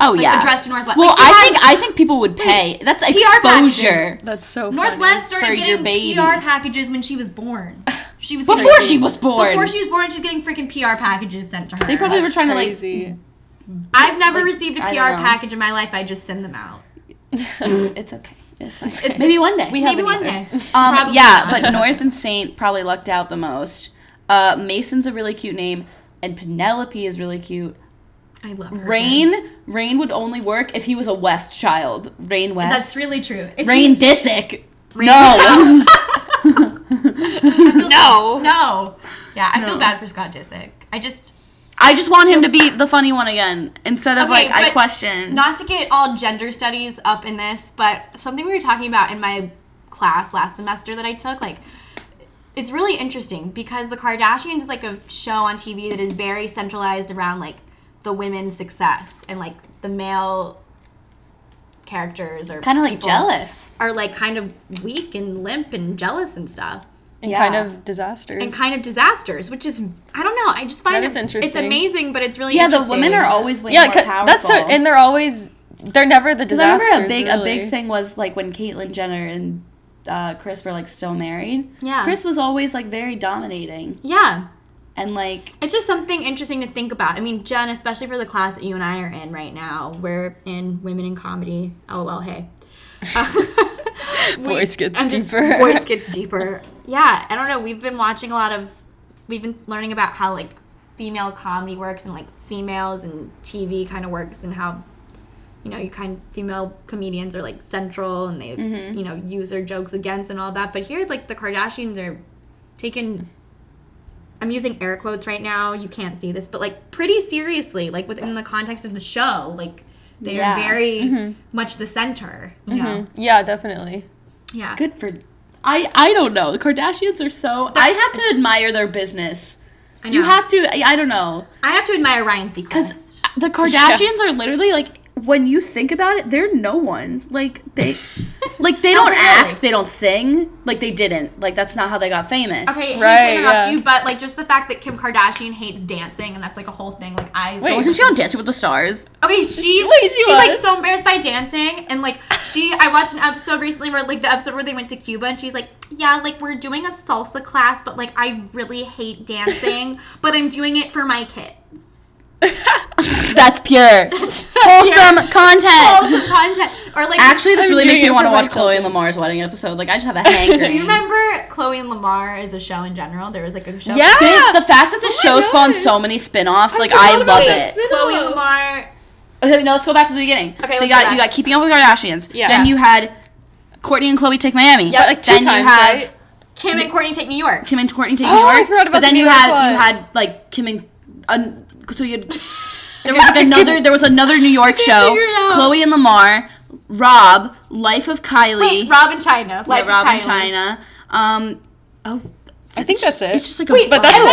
S2: Oh
S1: Like
S2: yeah.
S1: the dress to Northwest.
S2: Well,
S1: Like, she
S2: I
S1: has-
S2: think I think people would pay. That's
S1: packages.
S2: exposure.
S3: That's so
S1: Northwest
S2: for
S1: started
S2: your
S1: getting
S2: baby.
S1: PR packages when she was born. She was
S2: Before
S1: getting-
S2: she was born.
S1: Before she was born, she's getting freaking PR packages sent to her.
S2: They probably were
S3: That's
S2: trying
S3: crazy.
S1: I've never
S2: like,
S1: received a
S2: I don't
S1: PR
S2: know.
S1: package in my life. I just send them out.
S2: to like. It's okay. It's fine.
S1: It's-
S2: Maybe one day.
S3: We
S1: Maybe
S3: haven't
S1: one
S3: either.
S1: day.
S2: um,
S1: Probably
S2: yeah,
S1: not.
S2: but North and Saint probably lucked out the most. Uh, Mason's a really cute name, and Penelope is really cute.
S1: I love her.
S2: Rain, Rain would only work if he was a West child. Rain West.
S1: That's really true. If
S2: Rain Disick. No.
S1: you- no. No. Yeah, I feel bad for Scott Disick. I just
S2: I just want him to be the funny one again instead of
S1: Okay,
S2: like I
S1: but
S2: question.
S1: not to get all gender studies up in this, but something we were talking about in my class last semester that I took, like it's really interesting because the Kardashians is like a show on TV that is very centralized around like the women's success and like the male characters or
S2: kind of like
S1: people
S2: jealous.
S1: are like kind of weak and limp and jealous and stuff
S3: And
S2: Yeah.
S3: kind of disasters.
S1: and kind of disasters, which is I don't know. I just find
S3: That
S1: it-
S3: is interesting.
S1: It's amazing, but it's really
S2: Yeah, the
S1: interesting.
S2: women are always way
S3: yeah.
S2: more
S3: 'cause
S2: powerful.
S3: That's so. And they're always. They're never the
S2: 'Cause
S3: disasters.
S2: I remember a big a big
S3: really.
S2: thing was like when Caitlyn Jenner and uh, Chris were like still married.
S1: Yeah.
S2: Chris was always like very dominating
S1: yeah.
S2: and like
S1: It's just something interesting to think about. I mean, Jen, especially for the class that you and I are in right now, we're in women in comedy. LOL, hey.
S3: Voice gets
S1: I'm just-
S3: deeper.
S1: voice gets deeper. Yeah, I don't know. We've been watching a lot of, we've been learning about how like female comedy works and like females and TV kind of works and how, you know, you kind of female comedians are like central and they,
S3: Mm-hmm.
S1: you know, use their jokes against and all that. But here it's like the Kardashians are taken. I'm using air quotes right now. You can't see this, but like pretty seriously, like within the context of the show, like they're
S2: Yeah.
S1: very much the center. You
S3: Mm-hmm.
S1: know?
S3: Yeah, definitely.
S1: Yeah.
S2: good for. I I don't know. The Kardashians are so. I have to admire their business.
S1: I know.
S2: You have to. I, I don't know.
S1: I have to admire Ryan Seacrest.
S3: uh,
S2: Because the Kardashians are literally like when you think about it, they're no one. Like they like they don't
S4: really.
S2: act, they don't sing, like they didn't. Like that's not how they got famous.
S1: Okay, hate
S3: Right,
S1: to interrupt
S3: yeah.
S1: you, but like just the fact that Kim Kardashian hates dancing and that's like a whole thing. Like I
S3: Wait.
S2: Wasn't she on Dancing with the Stars?
S1: Okay, she
S3: wait, she
S1: she's like
S3: was?
S1: so embarrassed by dancing and like she I watched an episode recently where like the episode where they went to Cuba and she's like, Yeah, like we're doing a salsa class, but like I really hate dancing, but I'm doing it for my kids.
S2: That's pure. Wholesome content.
S1: Salsa content. Or like
S2: Oh, Actually, this
S3: I'm
S2: really makes
S3: doing
S2: me
S3: it
S2: want to
S3: for my
S2: watch Chloe
S3: children.
S2: and Lamar's wedding episode. Like I just have a hankering.
S1: do you remember Chloe and Lamar is a show in general? There was like a show.
S3: Yeah.
S2: They- the fact that the show
S3: gosh.
S2: spawned so many spin-offs, like
S3: forgot
S2: I
S3: about
S2: love
S3: that
S2: it.
S3: spin-
S1: Chloe and Lamar
S2: Okay, no, let's go back to the beginning.
S1: Okay,
S2: so
S1: let's go
S2: you got
S1: back.
S2: you got Keeping Up with the Kardashians.
S3: Yeah.
S2: Then you had Courtney and Chloe take Miami.
S3: But, like two
S2: then
S3: times,
S2: you have
S3: right?
S1: Kim and Courtney take New York.
S2: Kim and Courtney take
S3: Oh,
S2: New York.
S3: I forgot about
S2: But
S3: the
S2: then
S3: New
S2: you
S3: York
S2: had
S3: one.
S2: you had like Kim and un, so you had, there was like another there was another New York show.
S1: figure it out.
S2: Chloe and Lamar, Rob, Life of Kylie,
S1: Wait, Rob and China.
S2: yeah,
S1: Like
S2: Rob and
S1: Kylie.
S2: China. Um, oh,
S3: I think that's it.
S2: It's just like a
S1: Wait,
S3: But that's
S1: and
S3: a
S1: then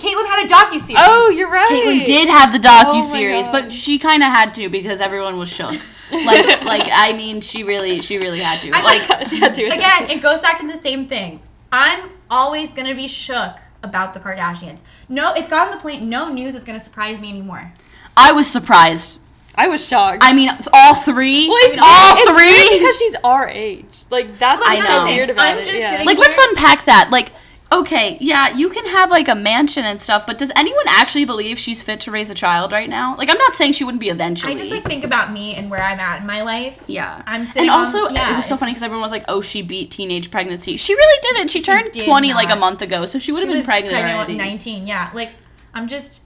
S1: Caitlyn. Caitlyn had a docu series.
S3: Oh, you're right.
S2: Caitlyn did have the docu
S3: my
S2: series,
S3: God.
S2: but she kind of had to because everyone was shook. Like, like I mean, she really, she really had to. Like,
S3: she had to
S1: Again, it goes back to the same thing. I'm always gonna be shook about the Kardashians. No, it's gotten to the point no news is gonna surprise me anymore.
S2: I was surprised.
S3: I was shocked.
S2: I mean, all three.
S3: well, it's
S2: all
S3: weird- it's
S2: three.
S3: weird because she's our age. Like that's
S2: I
S3: what's
S2: know.
S3: so weird about
S1: I'm
S3: it.
S1: just
S3: yeah.
S1: sitting-
S2: like, let's
S1: Weird.
S2: unpack that. Like, okay, yeah, you can have like a mansion and stuff, but does anyone actually believe she's fit to raise a child right now? Like, I'm not saying she wouldn't be eventually.
S1: I just like think about me and where I'm at in my life.
S2: yeah.
S1: I'm
S2: and
S1: sitting on-
S2: also,
S1: yeah,
S2: it was so
S1: it's-
S2: funny because everyone was like, "Oh, she beat teenage pregnancy." She really didn't. She, turned
S1: did
S2: 20
S1: not.
S2: like a month ago, so she would have
S1: She
S2: been
S1: was
S2: pregnant,
S1: pregnant
S2: already.
S1: at 19. Yeah, like I'm just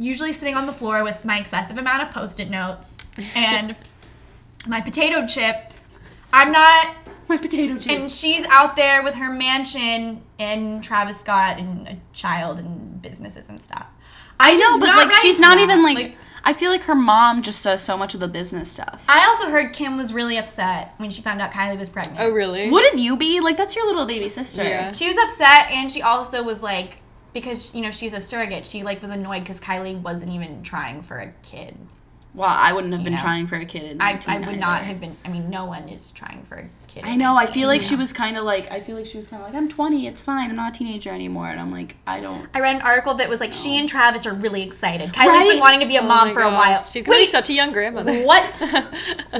S1: usually sitting on the floor with my excessive amount of post-it notes and my potato chips. I'm not
S2: My potato chips.
S1: and she's out there with her mansion and Travis Scott and a child and businesses and stuff. I know,
S2: but like she's not even like, I feel like her mom just does so much of the business stuff.
S1: I also heard Kim was really upset when she found out Kylie was pregnant.
S3: Oh really?
S2: Wouldn't you be like that's your little baby sister?
S3: Yeah.
S1: She was upset, and she also was like, because you know she's a surrogate, she like was annoyed because Kylie wasn't even trying for a kid.
S2: Well, I wouldn't have been
S1: know.
S2: trying for a kid. In
S1: I,
S2: 19
S1: I would not
S2: either.
S1: have been. I mean, no one is trying for a kid.
S2: I know. I feel like she was kind of like. I feel like she was kind of like. I'm 20. It's fine. I'm not a teenager anymore. And I'm like, I don't.
S1: I read an article that was like she and Travis are really excited. Kylie's
S2: Right?
S1: been wanting to be a
S3: Oh
S1: mom
S3: my
S1: for a
S3: gosh,
S1: while.
S3: She's gonna
S1: Wait,
S3: be such a young grandmother.
S1: what?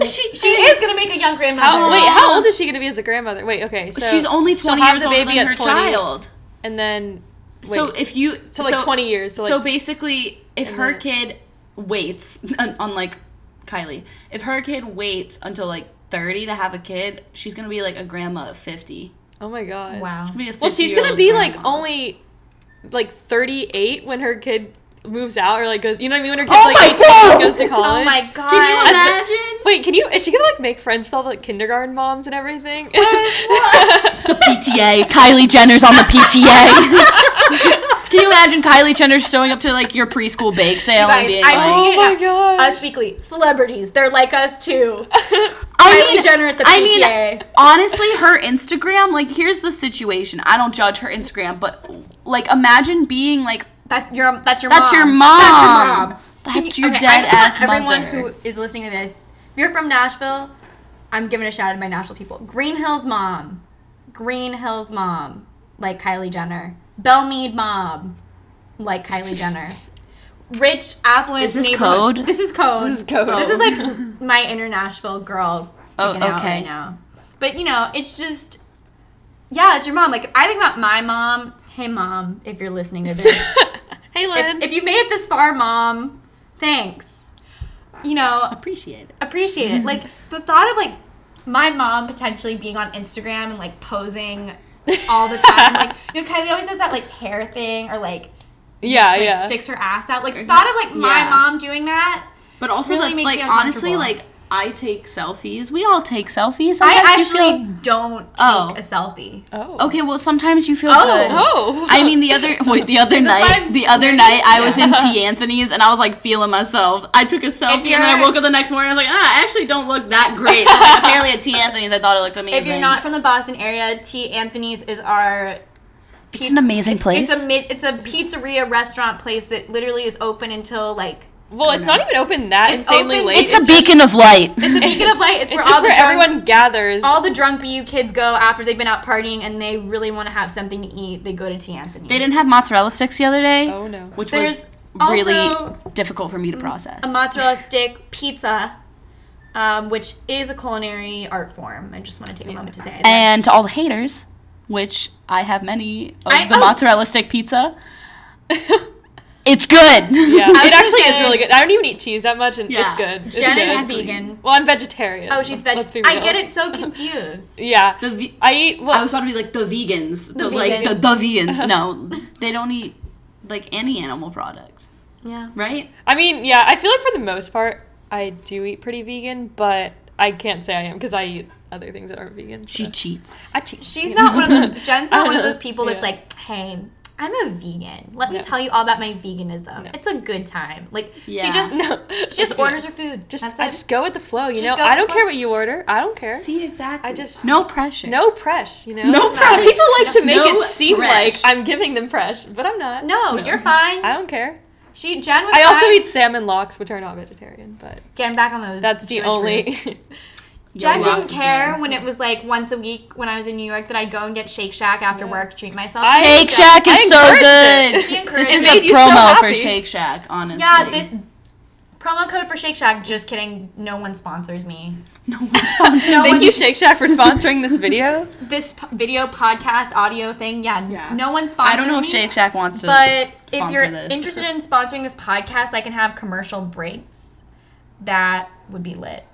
S3: she
S1: She is gonna make a young grandmother.
S3: How, wait, how old is she gonna be as a grandmother? Wait, okay, so
S2: she's only
S3: she'll
S2: 20
S3: have
S2: years
S3: the
S2: older
S3: baby
S2: than
S3: at
S2: her
S3: 20,
S2: child.
S3: and then
S2: So
S3: wait.
S2: if you
S3: So, like, 20 years, so,
S2: so
S3: like-
S2: basically, if her
S3: then-
S2: kid waits, un- unlike Kylie, if her kid waits until like 30 to have a kid, she's gonna be like a grandma of 50.
S3: oh my gosh,
S1: Wow.
S2: Gonna be a
S3: Well, she's
S2: 50-year-old
S3: gonna be like
S2: grandma.
S3: only like 38 when her kid moves out or like goes. You know what I mean? When her kid's
S2: Oh
S3: like
S2: my
S3: 18
S2: God!
S3: and goes to college.
S1: Oh my god.
S2: Can you
S3: I-
S2: imagine
S3: Wait, can you? Is she gonna like make friends with all the like, kindergarten moms and everything?
S2: the PTA? Kylie Jenner's on the PTA. Can you imagine Kylie Jenner showing up to like your preschool bake sale
S1: Guys,
S2: and being
S1: I
S2: like,
S1: think
S3: oh
S1: it
S3: my
S1: up.
S3: gosh.
S1: Us Weekly celebrities. They're like us too.
S2: I
S1: Kylie
S2: mean,
S1: Jenner at the
S2: I mean,
S1: PTA.
S2: honestly, her Instagram. Like, here's the situation. I don't judge her Instagram, but like, imagine being like,
S1: That, your, that's your
S2: that's your mom.
S1: That's your mom. Can
S2: That's
S1: you-
S2: your
S1: okay, I
S2: dead
S1: just want
S2: ass
S1: Everyone
S2: mother.
S1: who is listening to this, if you're from Nashville, I'm giving a shout out to my Nashville people. Green Hills mom, Green Hills mom, like Kylie Jenner. Bellmead mom, like Kylie Jenner. Rich affluent.
S2: Is this
S1: neighborhood-
S2: code?
S1: This is code.
S3: This is code.
S1: This is like my international girl
S2: Oh,
S1: chicken out
S2: okay.
S1: right now. But you know, it's just yeah, it's your mom. Like if I think about my mom. Hey mom, if you're listening to this,
S3: hey, Lynn.
S1: if, if you made it this far, mom, thanks. You know,
S2: appreciate it.
S1: appreciate it. Like the thought of like my mom potentially being on Instagram and like posing all the time. like you know, Kylie always does that like hair thing or like,
S3: yeah,
S1: like,
S3: yeah.
S1: sticks her ass out. Like the thought of like my
S2: Yeah.
S1: mom doing that.
S2: But also,
S1: Really
S2: like-
S1: makes
S2: like,
S1: me
S2: honestly, like,
S1: uncomfortable.
S2: I take selfies. We all take selfies. Sometimes
S1: I
S2: you
S1: actually
S2: feel-
S1: don't take
S2: Oh.
S1: a selfie.
S3: Oh.
S2: Okay, well, sometimes you feel good.
S3: Oh.
S2: I mean, the other wait, the other night,
S1: why-
S2: the other night, I was in T. Anthony's and I was like feeling myself. I took a selfie and then I
S1: you're-
S2: woke up the next morning. I was like, ah, I actually don't look that great. But apparently, at T. Anthony's, I thought it looked amazing.
S1: If you're not from the Boston area, T. Anthony's is our
S2: it's an amazing place.
S1: It's a mid, it's a pizzeria restaurant place that literally is open until like
S3: Well, it's not even open that
S1: It's
S3: insanely
S1: open-
S3: late.
S1: It's
S2: It's a beacon of light.
S1: It's a beacon of light. It's,
S3: It's
S1: where all
S3: just
S1: the
S3: where
S1: drunk,
S3: everyone gathers.
S1: all the drunk BU kids go after they've been out partying and they really want to have something to eat. They go to T Anthony.
S2: They didn't have mozzarella sticks the other day.
S3: Oh, no.
S2: Which
S1: There's
S2: was really
S1: also
S2: difficult for me to process.
S1: a mozzarella stick pizza, um, which is a culinary art form. I just want to take a moment to say. that.
S2: and to all the haters, which I have many of
S1: I-
S2: the
S1: oh.
S2: mozzarella stick pizza. it's good.
S3: yeah,
S1: was
S3: it
S1: gonna
S3: actually is
S1: say-
S3: really good. I don't even eat cheese that much, and it's
S2: Yeah.
S3: good. It's
S1: Jen
S3: good.
S1: is vegan.
S3: Well, I'm vegetarian.
S1: Oh, she's
S3: Let's- let's be
S1: vegetarian. I
S3: real.
S1: get it so confused.
S3: Yeah,
S2: The ve-
S3: I eat. Well,
S2: I was about to be like the vegans, the, like the,
S1: vegans.
S2: the vegans. No, they don't eat like any animal product,
S1: yeah.
S2: right?
S3: I mean, yeah, I feel like for the most part, I do eat pretty vegan, but I can't say I am because I eat other things that aren't vegan.
S2: She
S3: so.
S2: cheats.
S3: I cheat.
S1: She's not one of those. Jen's not one of those people that's
S3: Yeah.
S1: like, hey. I'm a vegan. Let me
S3: No.
S1: tell you all about my veganism.
S3: No.
S1: It's a good time. Like she
S2: Yeah.
S1: just
S3: no.
S1: she just orders her food.
S3: Just
S1: That's
S3: I
S1: it.
S3: just go with the flow. You
S1: Just
S3: know,
S1: go
S3: I
S1: with
S3: don't
S1: the
S3: care
S1: flow.
S3: what you order. I don't care.
S2: See exactly.
S3: I just-
S2: no pressure.
S3: no press. You know.
S2: No press.
S3: People like to make
S2: No
S3: it seem
S2: press.
S3: like I'm giving them press, but I'm not.
S1: no,
S2: No.
S1: you're fine.
S3: I don't care.
S1: She Jen was.
S3: I also
S1: fine.
S3: eat salmon locks, which are not vegetarian, but
S1: Getting back on those.
S3: that's the
S1: Jewish
S3: only.
S1: roots.
S2: Yo,
S1: Jen
S2: lots
S1: didn't
S2: is
S1: care
S2: good.
S1: when it was like once a week when I was in New York that I'd go and get Shake Shack after work, treat myself.
S3: I-
S2: Shake
S3: Yeah.
S2: Shack
S3: I
S2: is so
S3: encouraged it.
S2: good.
S1: She encouraged
S2: This
S1: it.
S2: is
S3: made
S2: a
S3: you so
S2: promo for
S3: happy.
S2: Shake Shack, honestly.
S1: yeah, this promo code for Shake Shack. Just kidding. No one sponsors me.
S2: no one sponsors.
S1: No
S3: Thank
S1: one-
S3: you, Shake Shack, for sponsoring this video.
S1: This p- video podcast audio thing. Yeah, n-
S2: Yeah.
S1: no one sponsors.
S2: I don't know if
S1: me,
S2: Shake Shack wants to.
S1: But if
S2: sponsor
S1: you're
S2: this.
S1: interested in sponsoring this podcast, I can have commercial breaks. That would be lit.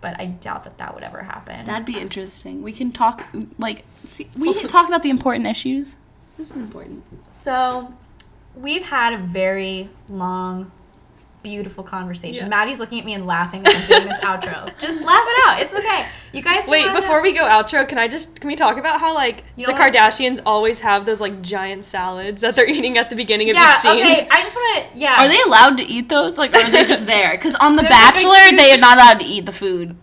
S1: But I doubt that that would ever happen.
S2: That'd be interesting. We can talk like see, we can talk about the important issues. This is important.
S1: So, we've had a very long, beautiful conversation.
S3: Yeah.
S1: Maddie's looking at me and laughing as I'm doing this outro. Just laugh it out. It's okay. You guys. can
S3: Wait,
S1: laugh it
S3: before
S1: out.
S3: we go outro, can I just can we talk about how like
S1: You
S3: the
S1: know what?
S3: Kardashians always have those like giant salads that they're eating at the beginning of
S1: Yeah.
S3: each scene?
S1: Okay. I just want to. Yeah.
S2: Are they allowed to eat those? Like, or are they just there? Because on The
S1: They're just, like,
S2: Bachelor, they are not allowed to eat the food.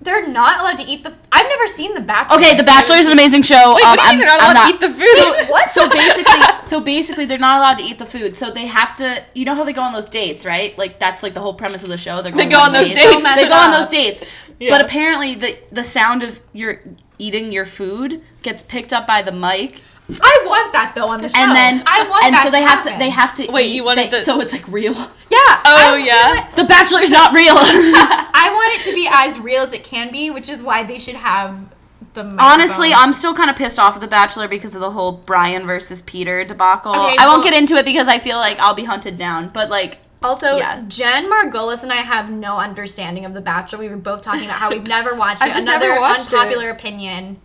S1: They're not allowed to eat the. I've never seen The Bachelor.
S2: Okay, The Bachelor is an amazing show.
S3: Wait,
S2: um,
S3: what do
S2: I'm-
S3: you mean they're not Oh,
S2: I'm
S3: allowed to eat the
S2: So-
S3: food?
S1: What?
S2: So basically, so basically, they're not allowed to eat the food. So they have to. You know how they go on those dates, right? Like that's like the whole premise of the show. They're going
S3: go on those dates. Don't mess
S2: They
S1: it
S2: go on
S1: up.
S2: those dates.
S3: Yeah.
S2: But apparently, the the sound of your eating your food gets picked up by the mic,
S1: I want that though on the show.
S2: and
S3: Oh,
S2: then
S1: I want
S2: and
S1: that
S2: so they
S1: to
S2: have to
S1: happen.
S2: they have to
S3: Wait,
S2: eat-
S3: you wanted
S2: they-
S3: the-
S2: so it's like real.
S1: Yeah. I
S3: Oh,
S1: want
S3: yeah.
S1: it-
S2: The Bachelor's not real.
S1: I want it to be as real as it can be, which is why they should have the.
S2: Honestly,
S1: microphone.
S2: I'm still kind of pissed off at The Bachelor because of the whole Brian versus Peter debacle.
S1: Okay,
S2: I won't
S1: so-
S2: get into it because I feel like I'll be hunted down. But like,
S1: Also,
S2: Yeah.
S1: Jen Margolis and I have no understanding of The Bachelor. We were both talking about how we've never watched
S3: I've
S1: it.
S3: just
S1: Another
S3: never watched it.
S1: unpopular opinion.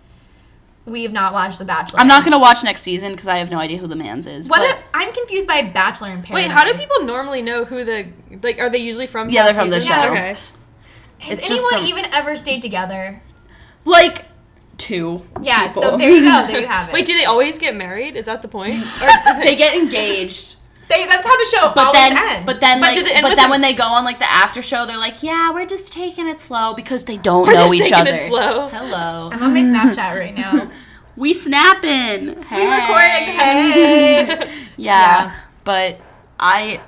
S1: We have not watched The Bachelor.
S2: I'm not gonna watch next season because I have no idea who the man's is.
S1: What
S2: but-
S1: if I'm confused by Bachelor in Paradise?
S3: Wait, how do people normally know who the like? Are they usually from?
S2: Yeah, they're
S3: past
S2: from the
S3: seasons?
S1: show.
S3: Okay.
S1: Has
S2: it's just
S1: anyone
S2: some-
S1: even ever stayed together?
S2: like two?
S1: Yeah. So
S2: people.
S1: there you go. There you have it.
S3: Wait, do they always get married? Is that the point? Or do
S2: They get engaged,
S1: they, that's how the show
S2: but
S1: always
S2: then,
S1: ends.
S2: but then,
S3: But
S2: like,
S3: do they end
S2: but
S3: with
S2: then
S3: a-
S2: when they go on like the after show, they're like, "Yeah, we're just taking it slow because they don't
S3: We're
S2: know
S3: just
S2: each
S3: taking
S2: other."
S3: it slow.
S2: Hello,
S1: I'm on my Snapchat right now.
S2: we snapping. Hey.
S1: We're recording. Hey.
S2: Yeah,
S1: Yeah.
S2: but I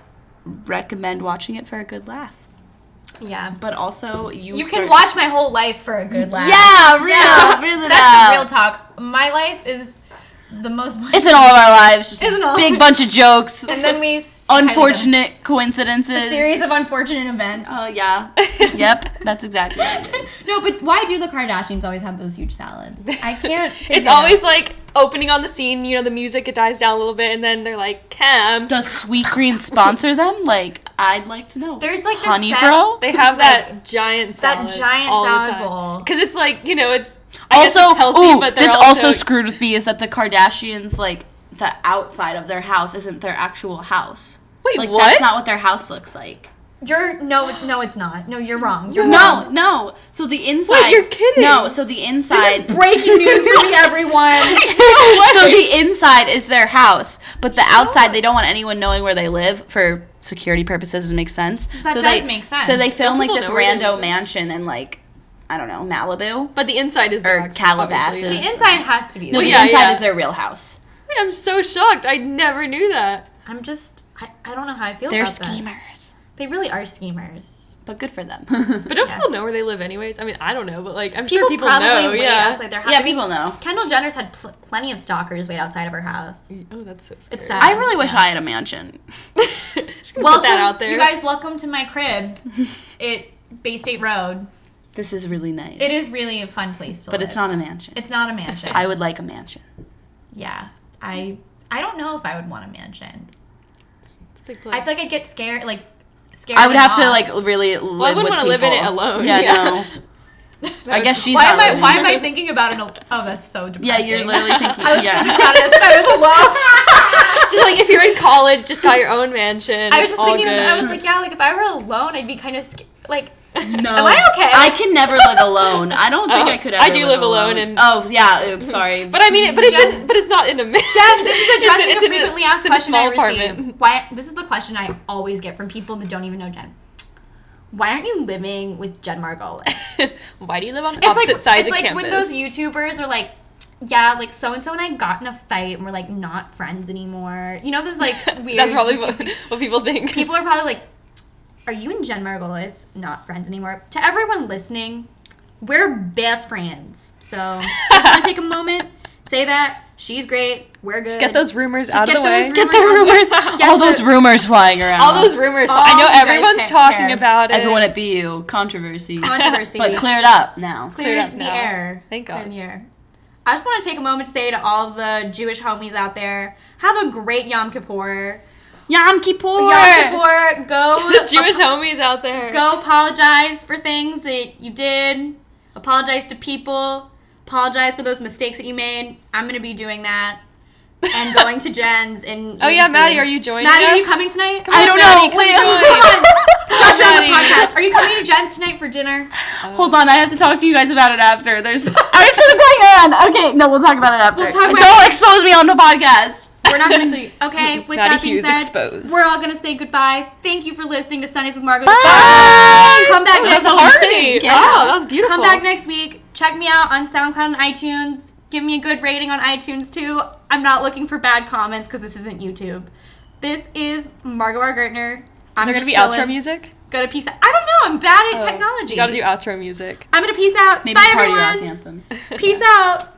S2: recommend watching it for a good laugh.
S1: yeah.
S2: But also, you
S1: You
S2: start-
S1: can watch my whole life for a good laugh.
S2: Yeah, real, real it
S1: That's
S2: up.
S1: the real talk. My life is the most.
S2: Isn't all of our lives just
S1: Isn't
S2: a
S1: all-
S2: big bunch of jokes,
S1: And then we
S2: unfortunate
S1: a
S2: coincidences?
S1: series of unfortunate events.
S2: Oh yeah. yep, that's exactly what it is.
S1: no, but why do the Kardashians always have those huge salads? I can't.
S3: It's always like opening on the scene. You know, the music it dies down a little bit, and then they're like, "Cam."
S2: Does Sweet Green sponsor them? Like, I'd like to know.
S1: There's, like, the
S2: Honey
S1: set-
S2: Bro.
S3: They have that giant salad.
S1: giant
S3: all
S1: salad
S3: the time.
S1: bowl.
S3: Because it's like you know, it's I guess
S2: also,
S3: it's healthy,
S2: ooh,
S3: but they're
S2: this
S3: also,
S2: also screwed with me is that the Kardashians like the outside of their house isn't their actual house.
S3: Wait,
S2: Like
S3: what?
S2: that's not what their house looks like.
S1: You're no, no, it's not. No, you're wrong. You're
S2: No, no. So the inside.
S3: you're kidding.
S2: No, so the inside.
S1: breaking news for me, everyone.
S2: so the inside is their house, but the outside they don't want anyone knowing where they live for security purposes. It makes sense.
S1: That
S2: so
S1: does
S2: they,
S1: make sense.
S2: So they film like
S3: people
S2: this
S3: know where they
S2: rando
S3: live?
S2: mansion in like I don't know Malibu.
S3: But the inside is their
S2: Or
S3: act-
S2: Calabasas.
S1: The
S3: obviously, yeah.
S1: inside has to be.
S2: No,
S1: there.
S2: the
S3: yeah,
S2: inside
S3: yeah.
S2: is their real house.
S3: I'm so shocked. I never knew that.
S1: I'm just. I, I don't know how I feel.
S2: They're
S1: about that.
S2: schemers.
S1: They really are schemers.
S2: But good for them.
S3: But
S2: but
S3: don't people know where they live anyways? I mean, I don't know, but like I'm
S1: People,
S3: sure people
S1: probably
S3: know.
S1: wait
S3: yeah.
S1: outside their house.
S2: yeah,
S1: I mean,
S2: people know.
S1: Kendall Jenner's had pl- plenty of stalkers wait outside of her house.
S3: Oh, that's so scary.
S1: It's sad.
S2: I really wish I had a mansion.
S3: Just gonna put that out there.
S1: You guys, welcome to my crib. It Bay State Road.
S2: This is really nice.
S1: It is really a fun place to
S2: but
S1: live.
S2: it's not a mansion.
S1: It's not a mansion.
S2: I would like a mansion.
S1: yeah. I I don't know if I would want a mansion.
S3: it's a big place.
S1: I feel like I'd get scared like scared.
S2: I would
S1: and
S2: have to
S1: lost.
S2: like really live
S3: well, I wouldn't
S2: with
S3: want to
S2: people.
S3: live in it alone.
S2: Yeah, no.
S3: That
S2: I
S3: would-
S2: guess she's
S1: why
S2: not
S1: am I
S2: living
S1: why
S2: in
S1: am
S2: it.
S1: I thinking about an oh that's so depressing.
S2: Yeah, you're literally thinking. yeah.
S1: about it if I was alone.
S3: just like if you're in college, just got your own mansion.
S1: I was
S3: it's
S1: just
S3: all
S1: thinking
S3: good.
S1: I was like, yeah, like if I were alone I'd be kind of scared. like
S2: No.
S1: Am I okay?
S2: I can never live alone. I don't think
S3: Oh,
S2: I could ever.
S3: I do live alone and-
S2: Oh yeah. Oops. Sorry.
S3: But I mean, it, but it's
S1: Jen-
S3: in, but it's not in a mansion.
S1: Jen, this is
S3: It's in-
S1: addressing
S3: it's
S1: a
S3: in
S1: frequently asked
S3: it's in a
S1: question
S3: small
S1: I
S3: apartment.
S1: receive. Why? This is the question I always get from people that don't even know Jen. Why aren't you living with Jen Margolis?
S3: Why do you live on
S1: It's
S3: opposite
S1: like, it's
S3: sides of
S1: like
S3: campus?
S1: when those YouTubers are like, yeah, like so and so and I got in a fight and we're like not friends anymore. You know, those like weird.
S3: That's probably
S1: YouTube-
S3: what, what people think.
S1: people are probably like, are you and Jen Margolis not friends anymore? To everyone listening, we're best friends. So just want to take a moment, say that she's great. We're good.
S3: Just get those rumors out
S1: get
S3: of the way.
S1: those rumors out. Get
S2: all
S1: the-
S2: those rumors flying around.
S3: All those rumors.
S1: All
S3: I know
S1: you guys
S3: everyone's
S1: can't
S3: talking
S1: care.
S3: about it.
S2: Everyone at BU controversy.
S1: controversy.
S2: But clear it up now.
S1: clear
S3: up
S1: the
S3: now.
S1: air.
S3: Thank
S1: Clear
S3: God.
S1: the air. I just want to take a moment to say to all the Jewish homies out there, have a great Yom Kippur.
S2: Yom Kippur.
S1: Yom Kippur, go
S3: the Jewish homies out there.
S1: go apologize for things that you did. Apologize to people. Apologize for those mistakes that you made. I'm gonna be doing that and going to Jen's and
S3: Oh yeah, Maddie, are you joining
S1: Maddie,
S3: us?
S1: are you coming tonight?
S3: I don't know.
S2: Maddie,
S3: Wait,
S2: come
S3: hold on.
S1: Josh, you're on the
S3: Maddie.
S1: podcast. Are you coming to Jen's tonight for dinner?
S2: Hold on, I have to talk to you guys about it after. There's I have something going on. Okay, no, we'll talk about it after.
S1: We'll talk about
S2: Don't expose me on the podcast.
S1: We're not gonna be okay. With
S3: Maddie
S1: that being
S3: Hughes
S1: said,
S3: exposed.
S1: we're all gonna say goodbye. Thank you for listening to Sundays with Margot.
S2: Bye.
S1: Come back
S3: That
S1: next
S3: was
S1: week.
S3: hardy.
S2: Yeah.
S3: Wow, that was beautiful.
S1: Come back next week. Check me out on SoundCloud and iTunes. Give me a good rating on iTunes too. I'm not looking for bad comments because this isn't YouTube. This is Margot R. Gertner. I'm
S3: Is there gonna
S1: just
S3: be
S1: chilling.
S3: outro music?
S1: Gotta peace out. I don't know. I'm bad at
S3: Oh,
S1: technology.
S3: You gotta do outro music.
S1: I'm gonna peace out.
S2: Maybe
S1: Bye,
S2: party
S1: everyone.
S2: rock anthem.
S1: Peace out.